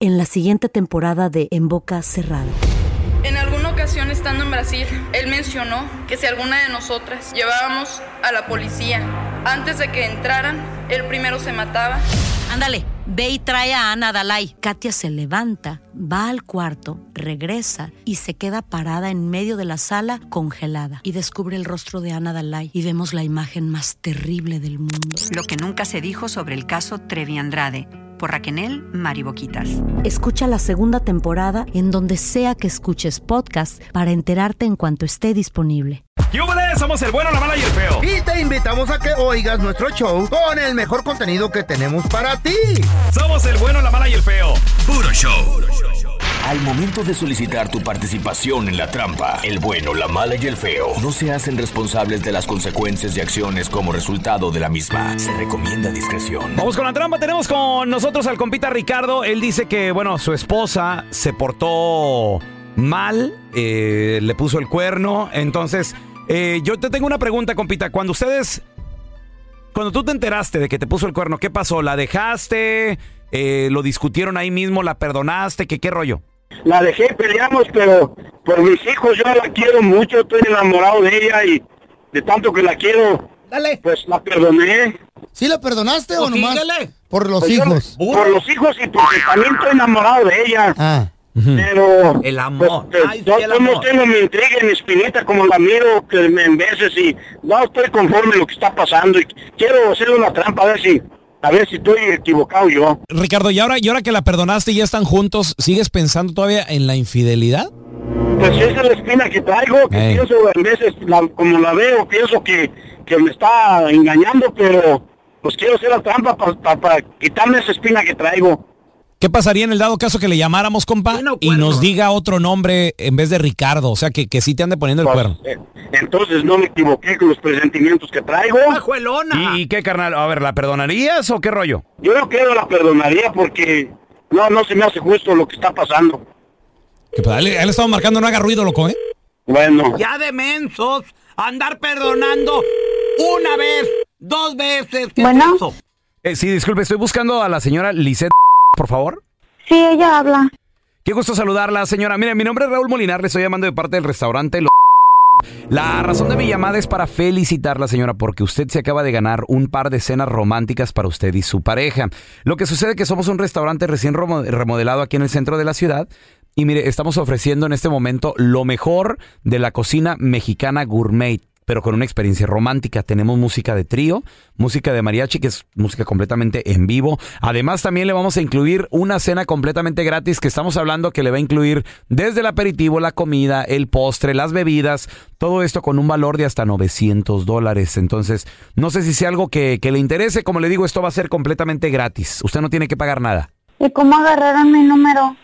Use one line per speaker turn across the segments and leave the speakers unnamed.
en la siguiente temporada de En Boca Cerrada.
En alguna ocasión estando en Brasil, él mencionó que si alguna de nosotras llevábamos a la policía antes de que entraran, él primero se mataba.
Ándale, ve y trae a Ana Dalai.
Katia se levanta, va al cuarto, regresa y se queda parada en medio de la sala congelada y descubre el rostro de Ana Dalai y vemos la imagen más terrible del mundo.
Lo que nunca se dijo sobre el caso Trevi Andrade. Por Raquenel Mariboquitas.
Escucha la segunda temporada en donde sea que escuches podcast para enterarte en cuanto esté disponible.
¡Yúbales! Somos el bueno, la mala y el feo.
Y te invitamos a que oigas nuestro show con el mejor contenido que tenemos para ti.
Somos el bueno, la mala y el feo.
Puro show. Al momento de solicitar tu participación en la trampa, el bueno, la mala y el feo no se hacen responsables de las consecuencias y acciones como resultado de la misma. Se recomienda discreción.
Vamos con la trampa. Tenemos con nosotros al compita Ricardo. Él dice que, bueno, su esposa se portó mal, eh, le puso el cuerno. Entonces, eh, yo te tengo una pregunta, compita. Cuando ustedes. Cuando tú te enteraste de que te puso el cuerno, ¿qué pasó? ¿La dejaste? Eh, ¿Lo discutieron ahí mismo? ¿La perdonaste? ¿Qué, qué rollo?
La dejé, peleamos, pero por mis hijos yo la quiero mucho, estoy enamorado de ella y de tanto que la quiero,
Dale.
pues la perdoné.
¿Sí la perdonaste o
Pues sí,
nomás?
dale.
Por los
Pues yo-
hijos.
por los hijos y porque también estoy enamorado de ella.
Ah.
Pero
El amor.
pues,
Ay, sí,
yo,
el
yo no
amor.
tengo mi intriga y mi espinita como la miro que me en veces y no estoy conforme lo que está pasando y quiero hacer una trampa a ver si a ver si estoy equivocado yo.
Ricardo, y ahora, y ahora que la perdonaste y ya están juntos, ¿sigues pensando todavía en la infidelidad?
Pues esa es la espina que traigo, que
Ey.
pienso en veces, la- como la veo, pienso que, que me está engañando, pero pues quiero hacer la trampa pa- pa- para quitarme esa espina que traigo.
¿Qué pasaría en el dado caso que le llamáramos, compa,
Bueno,
y
cuerno.
nos diga otro nombre en vez de Ricardo? O sea, que, que sí te ande poniendo el
Pues,
cuerno.
eh, entonces no me equivoqué con los presentimientos que traigo.
¡Pajuelona!
¿Y, y qué, carnal? A ver, ¿la perdonarías o qué rollo?
Yo no creo la perdonaría porque no, no se me hace justo lo que está pasando.
Que pues, ahí le- ahí le estamos marcando, no haga ruido, loco, ¿eh?
Bueno,
Ya de mensos. Andar perdonando una vez, dos veces. ¿Qué
Bueno.
es eso?
Eh, sí, disculpe, estoy buscando a la señora Lisette, por favor.
Sí, ella habla.
Qué gusto saludarla, señora. Mire, mi nombre es Raúl Molinar, le estoy llamando de parte del restaurante Los... La razón de mi llamada es para felicitarla, señora, porque usted se acaba de ganar un par de cenas románticas para usted y su pareja. Lo que sucede es que somos un restaurante recién remo- remodelado aquí en el centro de la ciudad. Y mire, estamos ofreciendo en este momento lo mejor de la cocina mexicana gourmet, pero con una experiencia romántica. Tenemos música de trío, música de mariachi, que es música completamente en vivo. Además, también le vamos a incluir una cena completamente gratis, que estamos hablando que le va a incluir desde el aperitivo, la comida, el postre, las bebidas, todo esto con un valor de hasta 900 dólares. Entonces, no sé si sea algo que, que le interese. Como le digo, esto va a ser completamente gratis. Usted no tiene que pagar nada.
¿Y cómo agarraron mi número?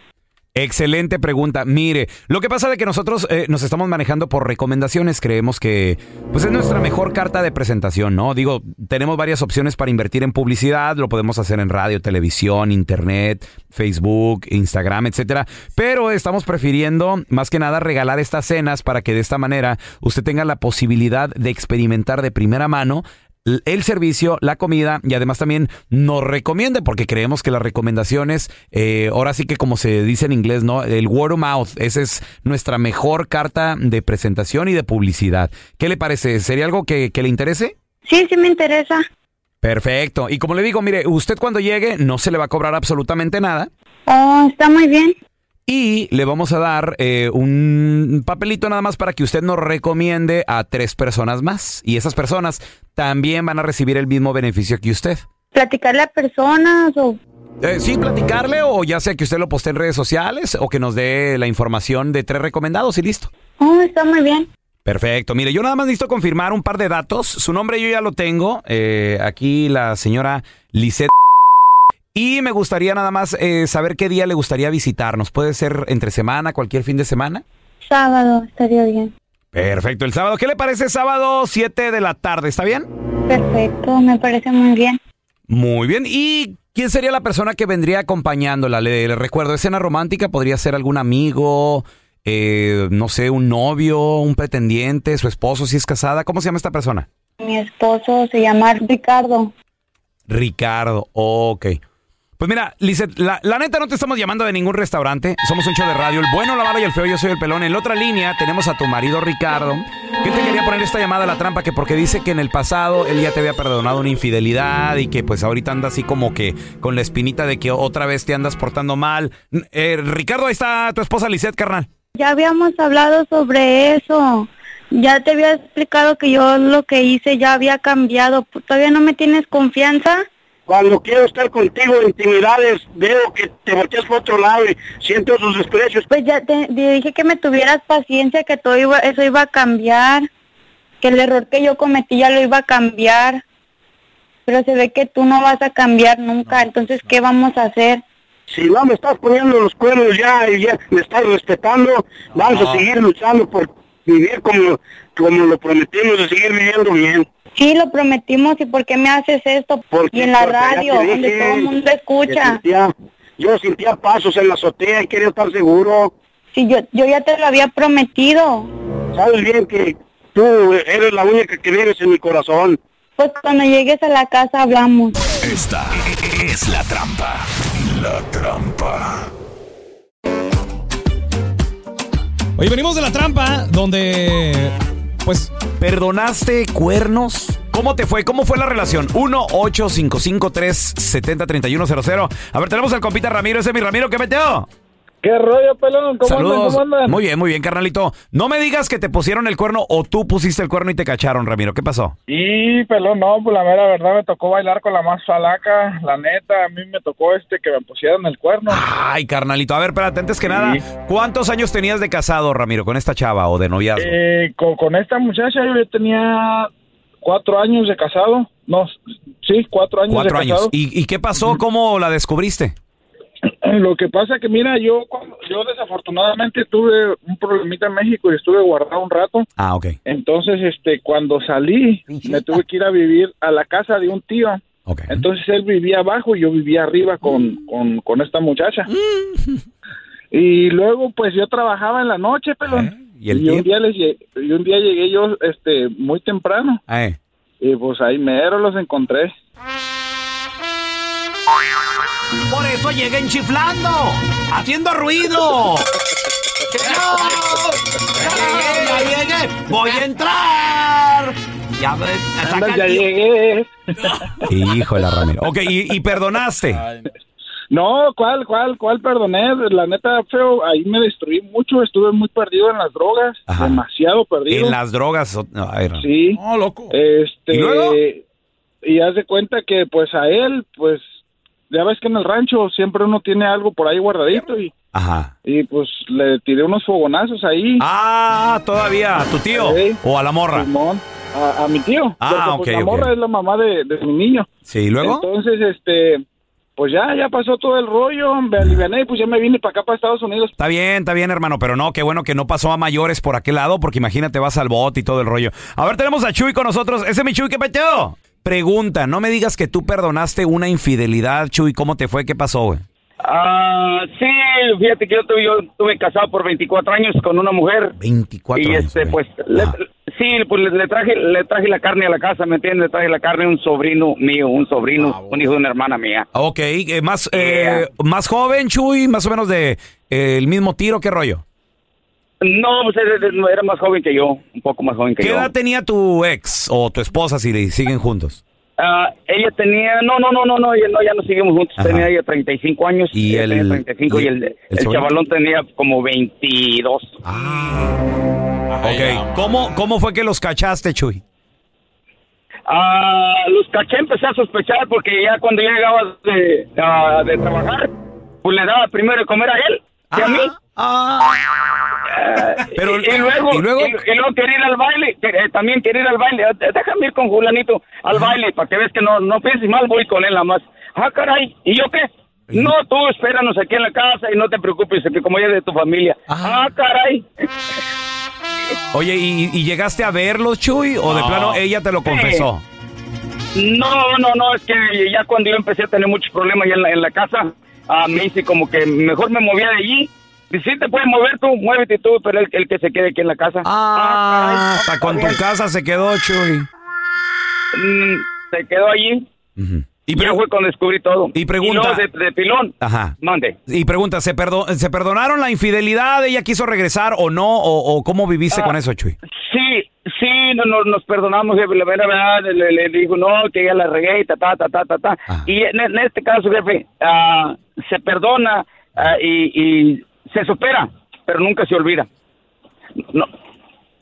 Excelente pregunta. Mire, lo que pasa es que nosotros eh, nos estamos manejando por recomendaciones. Creemos que pues es nuestra mejor carta de presentación, ¿no? Digo, tenemos varias opciones para invertir en publicidad. Lo podemos hacer en radio, televisión, internet, Facebook, Instagram, etcétera. Pero estamos prefiriendo más que nada regalar estas cenas para que de esta manera usted tenga la posibilidad de experimentar de primera mano l- el servicio, la comida y además también nos recomiende porque creemos que las recomendaciones, eh, ahora sí que como se dice en inglés, ¿no? El word of mouth, esa es nuestra mejor carta de presentación y de publicidad. ¿Qué le parece? ¿Sería algo que, que le interese?
Sí, sí me interesa.
Perfecto. Y como le digo, mire, usted cuando llegue no se le va a cobrar absolutamente nada.
Oh, está muy bien.
Y le vamos a dar eh, un papelito nada más para que usted nos recomiende a tres personas más. Y esas personas también van a recibir el mismo beneficio que usted.
¿Platicarle a personas o...?
Eh, sí, platicarle o ya sea que usted lo postee en redes sociales o que nos dé la información de tres recomendados y listo.
Oh, está muy bien.
Perfecto. Mire, yo nada más necesito confirmar un par de datos. Su nombre yo ya lo tengo. Eh, aquí la señora Lisette. Y me gustaría nada más eh, saber qué día le gustaría visitarnos. ¿Puede ser entre semana, cualquier fin de semana?
Sábado estaría bien.
Perfecto. El sábado, ¿qué le parece sábado 7 de la tarde? ¿Está bien?
Perfecto, me parece muy bien.
Muy bien. ¿Y quién sería la persona que vendría acompañándola? Le, le recuerdo, escena romántica podría ser algún amigo, eh, no sé, un novio, un pretendiente, su esposo si es casada. ¿Cómo se llama esta persona?
Mi esposo se llama Ricardo.
Ricardo, ok. Pues mira, Lizeth, la, la neta no te estamos llamando de ningún restaurante. Somos un show de radio, el bueno, la mala y el feo. Yo soy el pelón. En la otra línea tenemos a tu marido Ricardo. Que te quería poner esta llamada a la trampa que porque dice que en el pasado él ya te había perdonado una infidelidad y que pues ahorita anda así como que con la espinita de que otra vez te andas portando mal. Eh, Ricardo, ahí está tu esposa Lizeth, carnal.
Ya habíamos hablado sobre eso. Ya te había explicado que yo lo que hice ya había cambiado. ¿Todavía no me tienes confianza?
Cuando quiero estar contigo en intimidades, veo que te volteas por otro lado y siento esos desprecios.
Pues ya te dije que me tuvieras paciencia, que todo iba- eso iba a cambiar, que el error que yo cometí ya lo iba a cambiar. Pero se ve que tú no vas a cambiar nunca, entonces ¿qué vamos a hacer?
Si no me estás poniendo los cuernos ya y ya me estás respetando, vamos a seguir luchando por vivir como, como lo prometimos, de seguir viviendo bien.
Sí, lo prometimos y ¿por qué me haces esto?
Porque
y en la
porque ya te
radio,
dije
donde todo el mundo escucha.
que sentía- yo sentía pasos en la azotea y quería estar seguro.
Sí, yo, yo ya te lo había prometido.
Sabes bien que tú eres la única que vives en mi corazón.
Pues cuando llegues a la casa hablamos.
Esta es la trampa. La trampa.
Oye, venimos de la trampa donde, pues,
¿Perdonaste cuernos? ¿Cómo te fue? ¿Cómo fue la relación? 1-855-370-3100. A ver, tenemos al compita Ramiro. Ese es mi Ramiro. ¿Qué meteo?
¿Qué rollo, pelón? ¿Cómo andan?
Saludos.
¿Cómo andan?
Muy bien, muy bien, carnalito. No me digas que te pusieron el cuerno o tú pusiste el cuerno y te cacharon, Ramiro. ¿Qué pasó?
Sí, pelón, no, pues la mera verdad me tocó bailar con la más falaca. La neta, a mí me tocó este que me pusieran el cuerno.
Ay, carnalito. A ver, espérate, antes que nada, ¿cuántos años tenías de casado, Ramiro, con esta chava o de noviazgo?
Eh, con, con esta muchacha yo ya tenía cuatro años de casado. No, sí, cuatro años
Cuatro
de
años.
casado.
¿Y, y qué pasó? ¿Cómo la descubriste?
Lo que pasa que, mira, yo, cuando- yo desafortunadamente tuve un problemita en México y estuve guardado un rato.
Ah, ok.
Entonces, este, cuando salí, me tuve que ir a vivir a la casa de un tío. Entonces él vivía abajo y yo vivía arriba con, con, con esta muchacha.
Mm.
Y luego, pues yo trabajaba en la noche, pelón.
¿Eh? ¿Y el
un
tío?
día les lle- y un día llegué yo, este, muy temprano.
Eh.
Y pues ahí mero los encontré.
Por eso llegué enchiflando, haciendo ruido. ¡Ya llegué, ya llegué! ¡Voy a entrar! Ya, ves, saca el
ya
tío.
llegué.
Híjole, Ramiro. Ok, ¿y, y perdonaste?
No, ¿cuál, cuál, cuál perdoné? La neta, feo, ahí me destruí mucho. Estuve muy perdido en las drogas. Demasiado perdido.
En las drogas. o- no, ay, Ramiro.
Sí.
loco.
Este,
¿Y luego?
y haz de cuenta que, pues, a él, pues, ya ves que en el rancho siempre uno tiene algo por ahí guardadito y,
Ajá.
y pues, le tiré unos fogonazos ahí.
Ah, todavía, ¿a tu tío? ¿O a la morra?
Simón, a, a mi tío.
Ah,
porque, pues, la
ok, ok.
morra es la mamá de, de mi niño.
Sí, ¿y luego?
Entonces, este, pues ya, ya pasó todo el rollo, me aliviané y pues ya me vine para acá, para Estados Unidos.
Está bien, está bien, hermano, pero no, qué bueno que no pasó a mayores por aquel lado, porque imagínate, vas al bote y todo el rollo. A ver, tenemos a Chuy con nosotros. Ese es mi Chuy, ¿qué peteo? Pregunta, no me digas que tú perdonaste una infidelidad, Chuy. ¿Cómo te fue? ¿Qué pasó, güey?
Ah, sí, fíjate que yo tuve, yo estuve casado por 24 años con una mujer.
24
y este, pues, le-
Ah.
sí, pues le, le traje, le traje la carne a la casa, ¿me entiendes? Le traje la carne a un sobrino mío, un sobrino, un hijo de una hermana mía.
Ah, Ok, eh, más, eh, más joven, Chuy, más o menos de eh, el mismo tiro, ¿qué rollo?
No, pues era- era más joven que yo, un poco más joven que
¿Qué
yo.
edad tenía tu ex o tu esposa si le- siguen juntos?
Ah, ella tenía, no, no, no, no, no, ya no, ya no seguimos juntos, tenía ella 35 años,
Y
ella
el-
tenía 35 y,
y
el,
el
el
sobrino.
chavalón tenía como 22.
Ah. Ok, ¿Cómo, ¿cómo fue que los cachaste, Chuy?
Ah, los caché, empecé a sospechar porque ya cuando yo llegaba de, ah, de trabajar, pues le daba primero de comer a él que a mí. Ah, y, y luego, y, y luego quería ir al baile, que- eh, también quería ir al baile, Ah, déjame ir con Julanito al baile para que veas que no, no pienses mal, voy con él nada más. Ah, caray, ¿y yo qué? No, tú espéranos aquí en la casa y no te preocupes, que como ella es de tu familia. Ah, caray.
Oye, ¿y, y llegaste a verlos, Chuy? ¿O de
No.
plano ella te lo
Sí.
confesó?
No, no, no, es que ya cuando yo empecé a tener muchos problemas ya en la, en la casa, ah, me hice como que mejor me movía de allí. Dice, sí te puedes mover tú, muévete tú, pero el, el que se quede aquí en la casa.
Ah, hasta con tu casa se quedó, Chuy.
Mm, se quedó allí. Y ya fue cuando descubrí todo. Y luego
pregunta-
de, de pilón.
Ajá.
Mande.
Y pregunta, ¿se, perdo- ¿se perdonaron la infidelidad? ¿Ella quiso regresar o no? ¿O, o cómo viviste
Ah.
con eso, Chuy?
Sí, sí, no, no- nos perdonamos, jefe, la mera verdad, le, le- le dijo, no, que ya la regué, y ta, ta, ta, ta, ta, ta. Y en, en este caso, jefe, ah, se perdona ah, y, y se supera, pero nunca se olvida. No.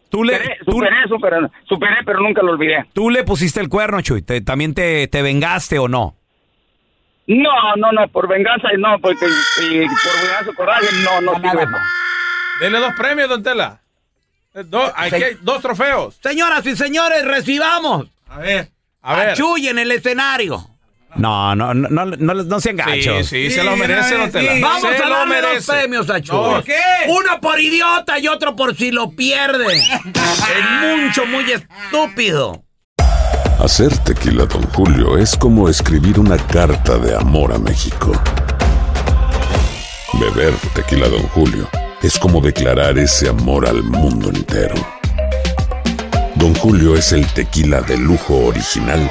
Tú le,
superé, superé, superé, superé, pero nunca lo olvidé.
¿Tú le pusiste el cuerno, Chuy? ¿Te- ¿También te, te vengaste o no?
No, no, no, por venganza, no, porque y por venganza, coraje, no, no, sirve, no.
Denle dos premios, don Tela. Eh, Dos, aquí hay dos trofeos.
Señoras y señores, recibamos
A ver,
a,
ver.
Chuy en el escenario.
No, no, no, no, no, no sean gachos.
sí, se lo merece, don Tela.
Vamos
Se
a
lo
darle dos
merece.
premios a Chuy.
No, ¿por qué?
Uno por idiota y otro por si lo pierde. es mucho, muy estúpido.
Hacer tequila, Don Julio, es como escribir una carta de amor a México. Beber tequila, Don Julio, es como declarar ese amor al mundo entero. Don Julio es el tequila de lujo original,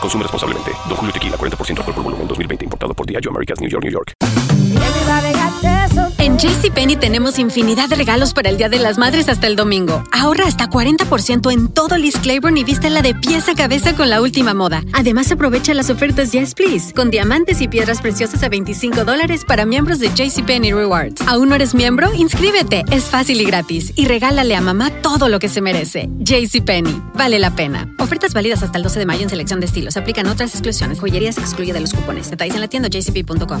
Consume responsablemente. Don Julio Tequila, 40% alcohol por volumen, 2020. Importado por Diageo Americas, New York, New York.
En JCPenney tenemos infinidad de regalos para el Día de las Madres hasta el domingo. Ahorra hasta 40% en todo Liz Claiborne y vístela de pies a cabeza con la última moda. Además, aprovecha las ofertas Yes Please, con diamantes y piedras preciosas a 25 dólares para miembros de JCPenney Rewards. ¿Aún no eres miembro? Inscríbete, es fácil y gratis. Y regálale a mamá todo lo que se merece. JCPenney, vale la pena. Ofertas válidas hasta el 12 de mayo en selección de estilos. Aplican otras exclusiones. Joyerías excluye de los cupones. Detalles en la tienda jcp.com.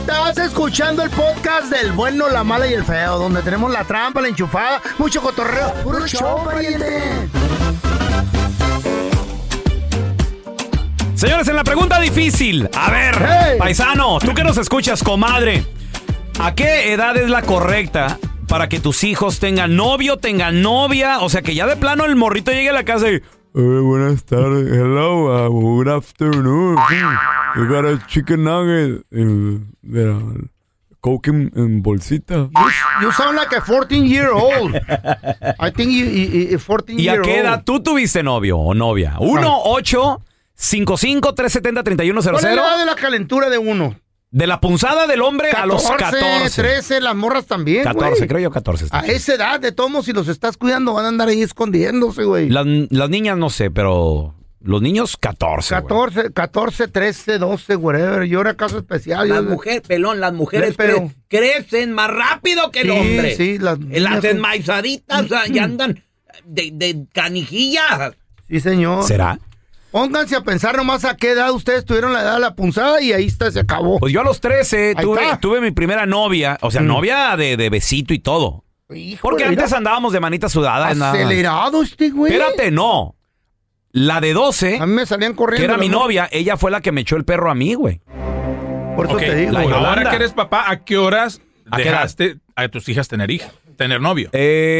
Estás escuchando el podcast del bueno, la mala y el feo, donde tenemos la trampa, la enchufada, mucho cotorreo. ¡Puro show, pariente!
Señores, en la pregunta difícil. A ver, paisano, tú que nos escuchas, comadre. ¿A qué edad es la correcta para que tus hijos tengan novio, tengan novia? O sea, que ya de plano el morrito llegue a la casa y...
Hey, Eh, buenas tardes. Hello, uh, good afternoon. We got a chicken nugget in the coke en, en bolsita.
You sound like a 14 year old. I think you, you- you- 14
¿Y a
year
qué
old.
edad tú tuviste novio o novia? 1 8 55 370
¿Cuál es la edad
3100
de la calentura de uno?
De la punzada del hombre a los 14.
13, las morras también.
14,
güey.
creo yo 14. está
A esa edad, de tomo, si los estás cuidando, van a andar ahí escondiéndose, güey.
Las, las niñas no sé, pero los niños 14. güey.
14, 14, 13, 12, whatever. Yo era caso especial.
Las
yo-
mujeres, pelón, las mujeres
Ve, pero-
cre- crecen más rápido que el
Sí,
hombre. Eh,
sí, Mm,
las,
las niñas son-
enmaizaditas ah, ya andan de, de canijillas.
Sí, señor.
¿Será?
Pónganse a pensar nomás a qué edad ustedes tuvieron la edad de la punzada y ahí está, se acabó.
Pues yo a los 13
Ahí
tuve,
está. Mm.
tuve mi primera novia, o sea, novia de, de besito y todo. Porque
mira.
antes andábamos de manita sudada. nada.
Acelerado este güey.
Espérate, no. La de 12. A
mí me salían corriendo.
Que era
las
mi
dos.
novia, ella fue la que me echó el perro a mí, güey.
Por
Ok,
La
ahora
Yolanda.
que eres papá, ¿a qué horas
¿A qué edad?
dejaste a tus hijas tener hija, tener novio?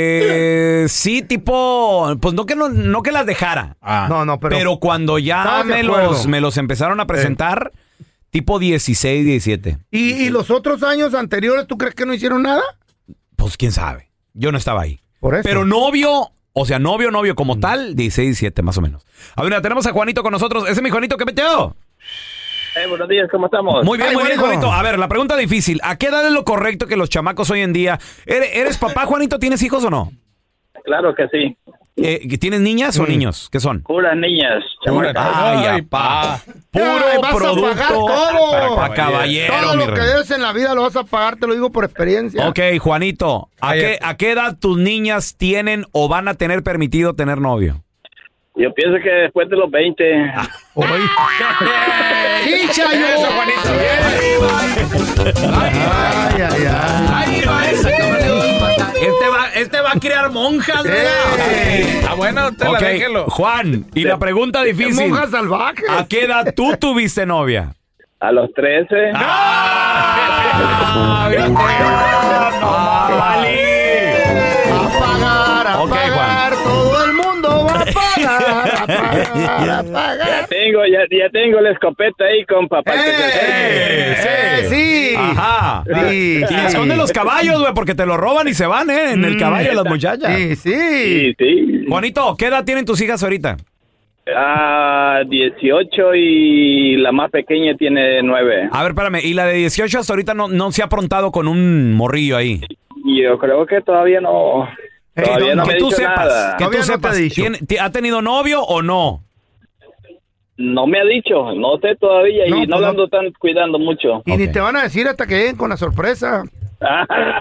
Eh, sí, tipo, pues no que no, no que las dejara.
No, no, pero-
cuando ya
Estabas de
me
acuerdo. Eh.
los, me los empezaron a presentar, tipo 16, 17.
¿Y, y los otros años anteriores tú crees que no hicieron nada?
Pues quién sabe. Yo no estaba ahí.
Por eso.
Pero novio, o sea, novio, novio como tal, 16, 17 más o menos. A ver, tenemos a Juanito con nosotros. Ese es mi Juanito, ¿qué peteo?
Eh, buenos días, ¿cómo estamos?
Muy bien,
Ay,
muy bien,
bueno.
Juanito. A ver, la pregunta difícil. ¿A qué edad es lo correcto que los chamacos hoy en día... ¿Eres, eres papá, Juanito? ¿Tienes hijos o no?
Claro que sí.
Eh, ¿Tienes niñas o niños? ¿Qué son?
Puras niñas.
Pura- Ay,
chamacas.
apá.
Puro vas
producto
a pagar todo.
para para caballero,
Todo
mi
lo que
rey.
debes en la vida lo vas a pagar, te lo digo por experiencia.
Ok, Juanito, ¿a qué, ¿a qué edad tus niñas tienen o van a tener permitido tener novio?
Yo pienso que después de los 20.
Ah,
Sí, Chayo.
Eso, Juanito.
Ay, ay, ay.
Ahí va ese cabrón. Este va, este va a criar monjas, ¿verdad?
Ah, bueno, te
Ok,
la déjelo.
Juan, y la pregunta difícil.
monjas salvajes.
¿A qué edad tú tuviste novia? Ah,
A los 13.
A pagar, a pagar, todo el mundo va a pagar, a pagar, a pagar.
Ya tengo, ya, ya tengo la escopeta ahí, compa. para que te-
Eh, sí.
Ajá.
Sí,
y
sí.
esconde los caballos, güey, porque te los roban y se van, ¿eh? En el
Mm.
caballo las muchachas.
Sí,
Sí, sí.
Juanito, ¿qué edad tienen tus hijas ahorita?
Ah, 18 y la más pequeña tiene 9.
A ver, espérame, y la de 18 hasta ahorita no, no se ha aprontado con un morrillo ahí.
Yo creo que todavía no. Todavía no, me
Eh, que
ha
tú
dicho
sepas,
nada.
que tú sepas, ¿tiene- ti- ¿ha tenido novio o no?
No me ha dicho, no sé todavía
No,
y no
pues no.
lo ando tan cuidando mucho.
Y ni te van a decir hasta que lleguen con la sorpresa.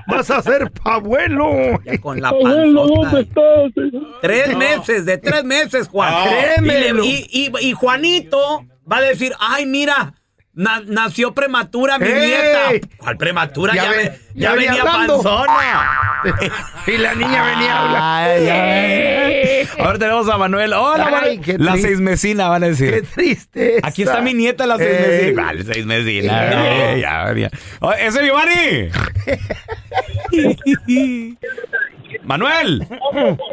Vas a ser abuelo.
con la panzota. Tres meses, de tres meses, Juan.
Ah,
Y le-
créemelo.
y, y- y Juanito va a decir, ay, mira, na- nació prematura mi
¡Ey!
nieta. ¿Cuál prematura?
Ya
Ya,
ve-
ve-
ya
ya
venía
venía
hablando.
panzona.
y la niña venía a hablar.
Ahora tenemos a Manuel. Hola,
Ay,
Manuel.
qué
La
triste.
seismesina, van a decir. Qué
triste.
Aquí está mi nieta, la seismesina.
Ey.
Vale, seismesina. eh, ya venía. Oh, ¡Ese Giovanni! Manuel.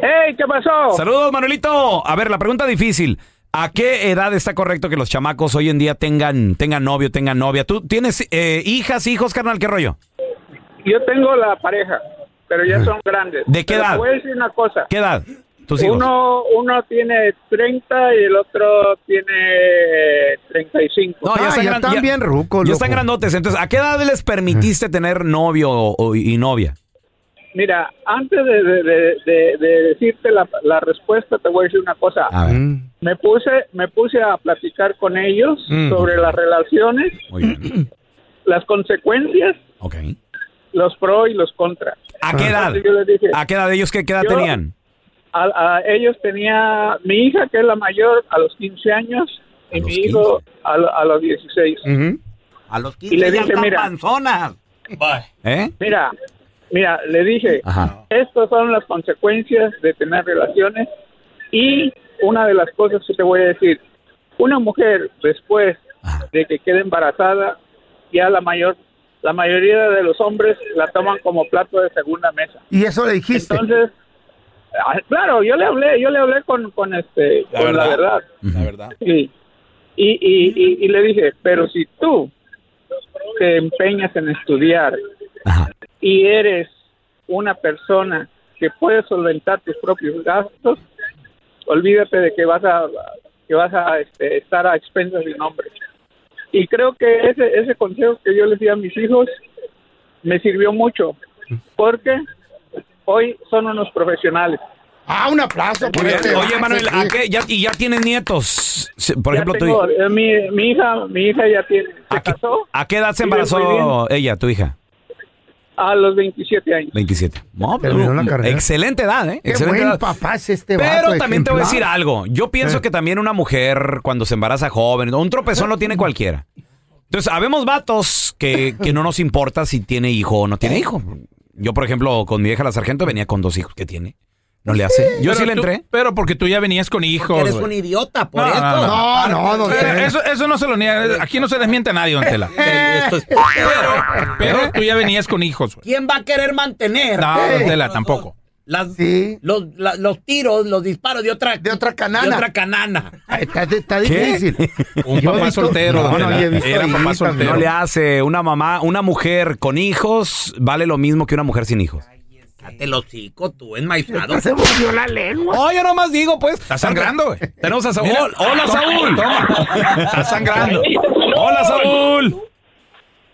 ¡Hey, qué pasó!
Saludos, Manuelito. A ver, la pregunta difícil. ¿A qué edad está correcto que los chamacos hoy en día tengan, tengan novio, tengan novia? ¿Tú tienes eh, hijas, hijos, carnal? ¿Qué rollo?
Yo tengo la pareja, pero ya son grandes.
¿De qué
Pero
edad?
te Voy a decir una cosa.
¿Qué edad? ¿Tus hijos?
Uno, uno tiene 30 y el otro tiene eh, 35.
No, Ah, ya, están, gran- ya- Ya están grandotes. Entonces, ¿a qué edad les permitiste tener novio o- o- y novia?
Mira, antes de, de- de- de- de decirte la, la respuesta, te voy a decir una cosa.
A ver.
Me puse, me puse a platicar con ellos
Mm.
sobre las relaciones, las consecuencias, los pro y los contra.
¿A qué edad?
Entonces yo les dije,
¿A qué edad ellos qué, qué edad
Yo-
tenían?
a, a ellos tenía mi hija, que es la mayor, a los 15 años, y mi hijo a, lo- a los 16.
A los 15
Y le
ya
dije,
están
mira.
panzonas.
¿Eh?
Mira, mira, le dije, estas son las consecuencias de tener relaciones y una de las cosas que te voy a decir, una mujer después de que quede embarazada, ya la mayor, la mayoría de los hombres la toman como plato de segunda mesa.
Y eso le dijiste.
Entonces, ah, claro, yo le hablé, yo le hablé con, con este,
La
con la
verdad.
verdad.
La verdad.
Sí. Y, y, y, y le dije, pero si tú te empeñas en estudiar y eres una persona que puede solventar tus propios gastos, olvídate de que vas a que vas a este, estar a expensas de un hombre. Y creo que ese, ese consejo que yo les di a mis hijos me sirvió mucho, porque hoy son unos profesionales.
Ah, un aplauso.
Muy bien. Oye, Manuel, ¿a qué? Ya- y ya tienes nietos. Se- Por
Ya
ejemplo, tú-
tengo, eh, mi, mi hija, mi hija ya tiene, se casó
¿a qué edad se
Sí, muy
embarazó ella, tu hija?
a los 27 años.
27. No, pero-
Terminó la carrera.
Excelente edad, ¿eh?
Qué
Excelente
buen
edad.
papá es este
Pero
vato,
también te voy a decir
ejemplar.
algo. Yo pienso
Eh.
que también una mujer cuando se embaraza joven, un tropezón lo tiene cualquiera. Entonces, habemos vatos que, que no nos importa si tiene hijo o no tiene hijo. Yo, por ejemplo, con mi vieja la sargento venía con dos hijos que tiene. No le hace. Yo
Pero
sí le
tú-
entré.
pero porque tú ya venías con hijos.
Eres
güey.
un idiota, por
No,
eso.
no, no.
no, don
Pero
Tela.
eso, eso no se lo niega. Aquí no se desmiente a nadie, don Tela.
Esto es-
Pero,
¿Eh?
pero tú ya venías con hijos. güey.
¿Quién va a querer mantener?
No, don Tela, tampoco.
Las- los, la- los tiros, los disparos de otra de otra canana. De otra canana.
Está, está
¿Qué?
difícil.
Un
Yo he
papá
visto-
soltero.
No,
don
no,
Tela.
yo he visto
Era
ahí
papá
también.
soltero.
No le hace una mamá, una mujer con hijos vale lo mismo que una mujer sin hijos.
Te los hocico, tú enmaizado.
Se volvió la
Oh,
lengua.
Oye, nomás digo, pues.
Está sangrando, güey.
Tenemos a Saúl.
Mira,
Hola,
toma,
Saúl.
toma. Está sangrando.
Hola, Saúl.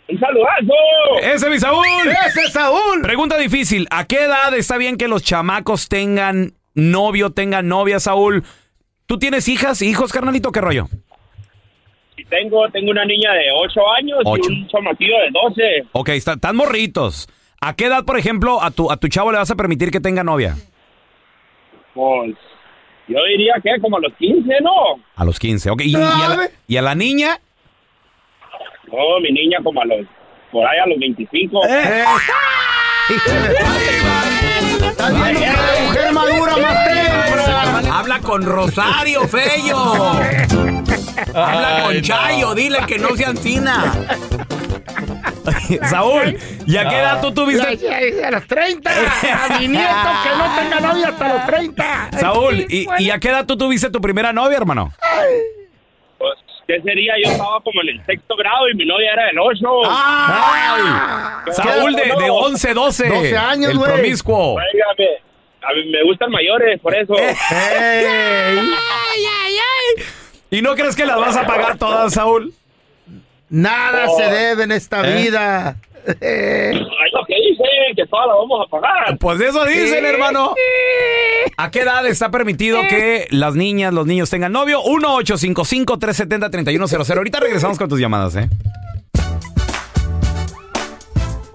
¡Un saludazo!
Ese es mi Saúl.
¡Ese es Saúl!
Pregunta difícil. ¿A qué edad está bien que los chamacos tengan novio, tengan novia, Saúl? ¿Tú tienes hijas, hijos, carnalito? ¿Qué rollo?
Y Tengo, tengo una niña de 8 años
Ocho.
y un chamaquillo de 12.
Ok, está- están morritos. ¿A qué edad, por ejemplo, a tu, a tu chavo le vas a permitir que tenga novia?
Pues yo diría que como a los 15, ¿no?
A los 15, ok. ¿Y, y a, la, y a la niña?
No, mi niña como a los, por ahí a los Eh. 25.
Eh.
Estás viendo que la mujer madura más tebra.
Habla con Rosario, Fello. Habla con Chayo, dile que no se ansina.
Saúl, ¿y a qué edad tú tuviste?
A los 30. A mi nieto que no tenga novia hasta los 30.
Saúl, ¿y, y a qué edad tú tuviste tu primera novia, hermano?
Pues, ¿qué sería? Yo estaba como en el sexto grado y mi novia era del 8.
¡Ay! Saúl de, de 11, 12.
12 años,
El
güey.
promiscuo.
Válgame, a mí me gustan mayores, por eso.
¿Y no crees que las vas a pagar todas, Saúl? ¿Eh?
Nada se
Oh.
debe en esta
¿Eh?
vida. Eh.
Ay, lo que dicen, que todas las vamos a pagar.
Pues de eso dicen, hermano. ¿A qué edad está permitido que las niñas, los niños tengan novio? 1-855-370-3100. Ahorita regresamos con tus llamadas, ¿eh?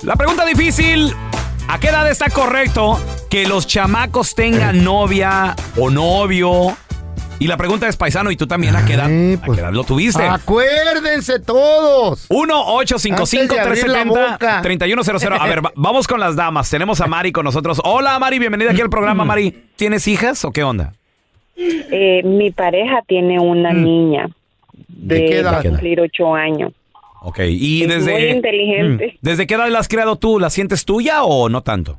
La pregunta difícil. ¿A qué edad está correcto que los chamacos tengan novia o novio? Y la pregunta es, paisano, ¿y tú también a qué edad, a qué edad lo
ah,
tuviste?
Acuérdense todos.
1-855-370-3100. A ver, va- vamos con las damas. Tenemos a Mari con nosotros. Hola, Mari, bienvenida aquí al programa,
Mm.
Mari. ¿Tienes hijas o qué onda?
Eh, mi pareja tiene una niña de,
Mm. qué edad?
va a cumplir ocho años.
Ok, y
Es
desde...
muy inteligente.
Mm. ¿Desde qué edad la has creado tú? ¿La sientes tuya o no tanto?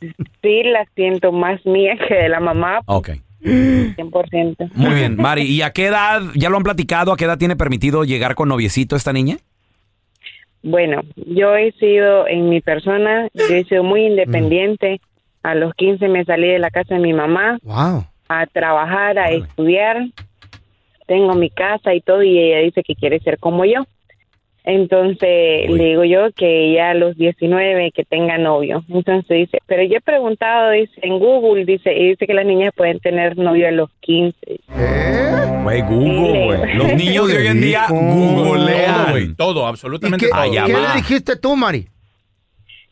Sí, la siento más mía que de la mamá,
Ok.
100%.
Muy bien, Mari. ¿Y a qué edad, ya lo han platicado, a qué edad tiene permitido llegar con noviecito esta niña?
Bueno, yo he sido en mi persona, yo he sido
Mm.
muy independiente. A los 15 me salí de la casa de mi mamá
Wow.
a trabajar, a estudiar. Tengo mi casa y todo y ella dice que quiere ser como yo. Entonces le digo yo que ya a los 19 que tenga novio. Entonces dice, pero yo he preguntado dice, en Google, dice, y dice que las niñas pueden tener novio a los 15.
Güey, Google, güey. Los niños de hoy en día
Todo, güey,
googlean.
todo,
¿Y
absolutamente
qué,
todo.
qué le dijiste tú, Mari?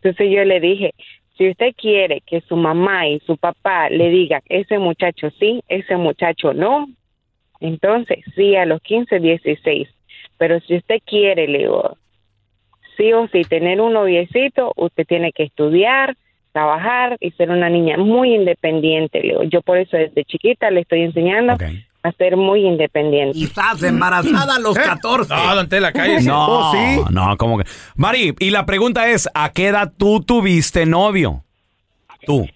Entonces yo le dije, si usted quiere que su mamá y su papá le digan, ese muchacho sí, ese muchacho no, entonces sí a los 15, 16. Pero si usted quiere, le digo, sí o sí, tener un noviecito, usted tiene que estudiar, trabajar y ser una niña muy independiente, le digo. Yo por eso desde chiquita le estoy enseñando a ser muy independiente.
Quizás embarazada a los 14.
No, don Tela, cállese.
No,
Oh, sí.
no, como que. Mari, y la pregunta es: ¿a qué edad tú tuviste novio? Tú.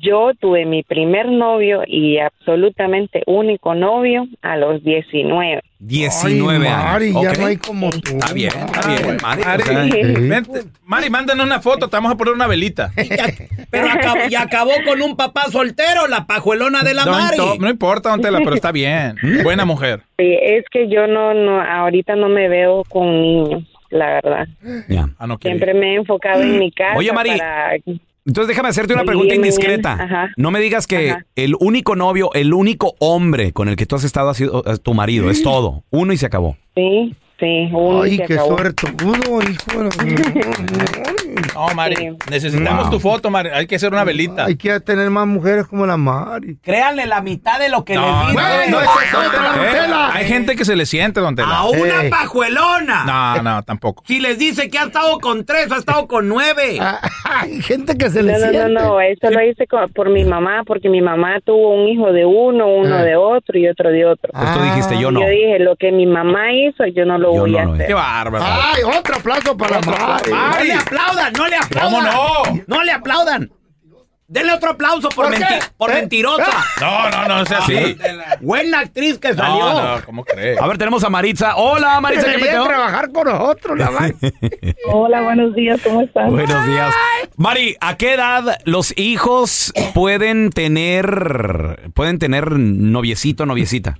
Yo tuve mi primer novio y absolutamente único novio a los 19.
19
Ay,
años.
Mari, ya
ok.
no hay
como tú.
Está Ah, bien, está bien, Mari.
Mari,
o sea,
vente. Mari, mándanos una foto, te vamos a poner una velita.
Pero acabó, y acabó con un papá soltero, la pajuelona de la
Don
Mari.
To- no importa, don Tela, pero está bien. Buena mujer.
Sí, es que yo no, no, ahorita no me veo con niños, la verdad.
Ah, no quiere.
Siempre me he enfocado en mi casa.
Oye, Mari,
para-
Entonces déjame hacerte una
Muy
pregunta
bien, muy bien.
indiscreta.
Ajá.
No me digas que el único novio, el único hombre con el que tú has estado ha sido eh, tu marido,
Mm.
es todo. Uno y se acabó.
Sí, sí, uno y
Ay,
se
qué
acabó.
suertudo, hijo.
No, Mari, necesitamos
Wow.
tu foto, Mari. Hay que hacer una velita.
Hay que tener más mujeres como la Mari.
Créanle la mitad de lo que
No,
les digo.
no, no,
es eso, don Tela, don
Eh,
Tela.
Hay gente que se le siente, don Tela.
A una
Eh.
pajuelona.
No, no, tampoco.
Si les dice que ha estado con tres, ha estado con nueve.
Ah,
Hay gente que se
le
no, no,
siente.
No, no, eso lo hice co- por mi mamá, porque mi mamá tuvo un hijo de uno, uno de otro y otro de otro.
Ah. Pues tú dijiste,
Ah.
yo no.
Yo dije, lo que mi mamá hizo, yo no lo voy a hacer.
Qué bárbaro.
Ay, otro aplauso para Mari.
No le aplaudan, no le aplaudan.
no?
No le aplaudan. Denle otro aplauso por,
¿Por qué?
menti- por
¿Eh?
Ah.
mentirosa.
No, no, no, no sea así.
Buena actriz que salió.
No, no, ¿cómo crees?
A ver, tenemos a Maritza. Hola, Maritza, ¿qué
Debería
metió?
trabajar con nosotros, la Mari.
Hola, buenos días, ¿cómo están?
Buenos días. Mari, ¿a qué edad los hijos pueden tener pueden tener noviecito, noviecita?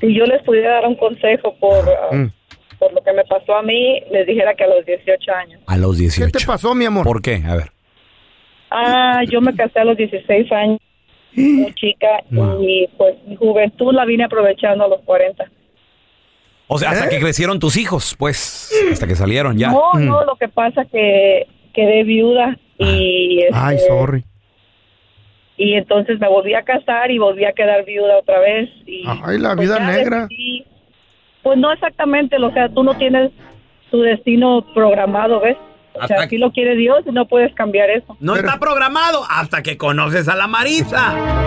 Si yo les pudiera dar un consejo por, uh,
Mm.
por lo que me pasó a mí, les dijera que a los 18 años.
A los 18. ¿Qué te
pasó, mi amor?
¿Por qué? A ver.
Ah, yo me casé a los 16 años, muy chica, y pues mi juventud la vine aprovechando a los 40.
O sea, hasta que crecieron tus hijos, pues, hasta que salieron ya. Mm.
No, no, lo que pasa que quedé viuda y...
Ay,
este,
sorry.
Y entonces me volví a casar y volví a quedar viuda otra vez. Y, pues
Ay, la vida
ya
negra.
decidí- pues no exactamente, o sea, tú no tienes tu destino programado, ¿ves? O sea, aquí lo quiere Dios y no puedes cambiar eso.
No está programado hasta que conoces a la Maritza.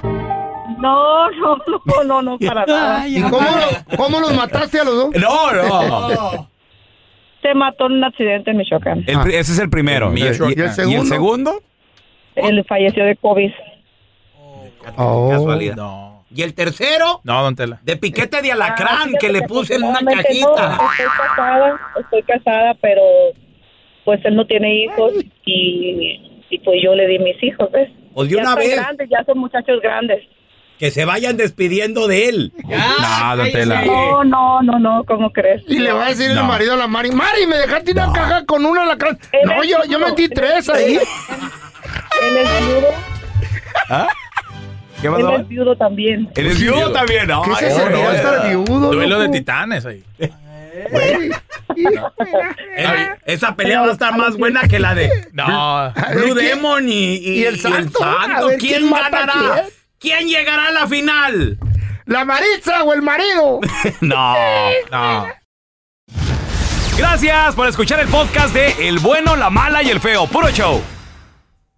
No, no, no, no, no, para nada.
¿Y cómo, lo- cómo los mataste a los dos?
No, no.
Se mató en un accidente en Michoacán.
El pri- ese es el primero.
El
¿Y,
mío.
y-
¿Y el
y el
segundo?
segundo?
Él falleció de COVID.
Casualidad. Y el tercero.
No, don Tela.
De piquete de alacrán
Ah,
que le
fíjate
puse en una
afortunadamente no,
cajita.
estoy casada, estoy casada, pero pues él no tiene hijos y, y pues yo le di mis hijos, ¿ves?
Pues de
ya
una
están
vez.
grandes, ya son muchachos grandes.
Que se vayan despidiendo de él.
No, don Tela.
No, no, no, no, ¿cómo crees?
Y le va a decir
No.
el marido a la Mari, Mari, me dejaste una caja con una alacrán. No, yo, yo metí tres ahí.
Él es viudo,
¿Ah? ¿Qué
él
pasó?
es viudo también.
Él
Pues
es viudo también, ¿no?
¿Qué se
Ay,
servirá
no,
estar
no.
viudo,
Duelo de
loco?
titanes ahí.
Eh, esa pelea va a estar más buena que la de
No.
Blue Demon y, y-
¿Y el
y
santo?
santo.
A ver,
¿Quién,
¿quién mata a
ganará? ¿Quién llegará a la final?
¿La Maritza o el marido?
No, no. Gracias por escuchar el podcast de El bueno, la mala y el feo. Puro show.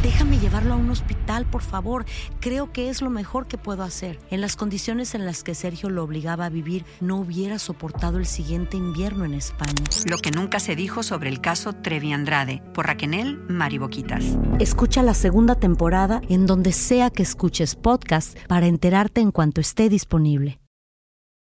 Déjame llevarlo a un hospital, por favor. Creo que es lo mejor que puedo hacer. En las condiciones en las que Sergio lo obligaba a vivir, no hubiera soportado el siguiente invierno en España.
Lo que nunca se dijo sobre el caso Trevi Andrade por Raquel Mariboquitas.
Escucha la segunda temporada en donde sea que escuches podcast para enterarte en cuanto esté disponible.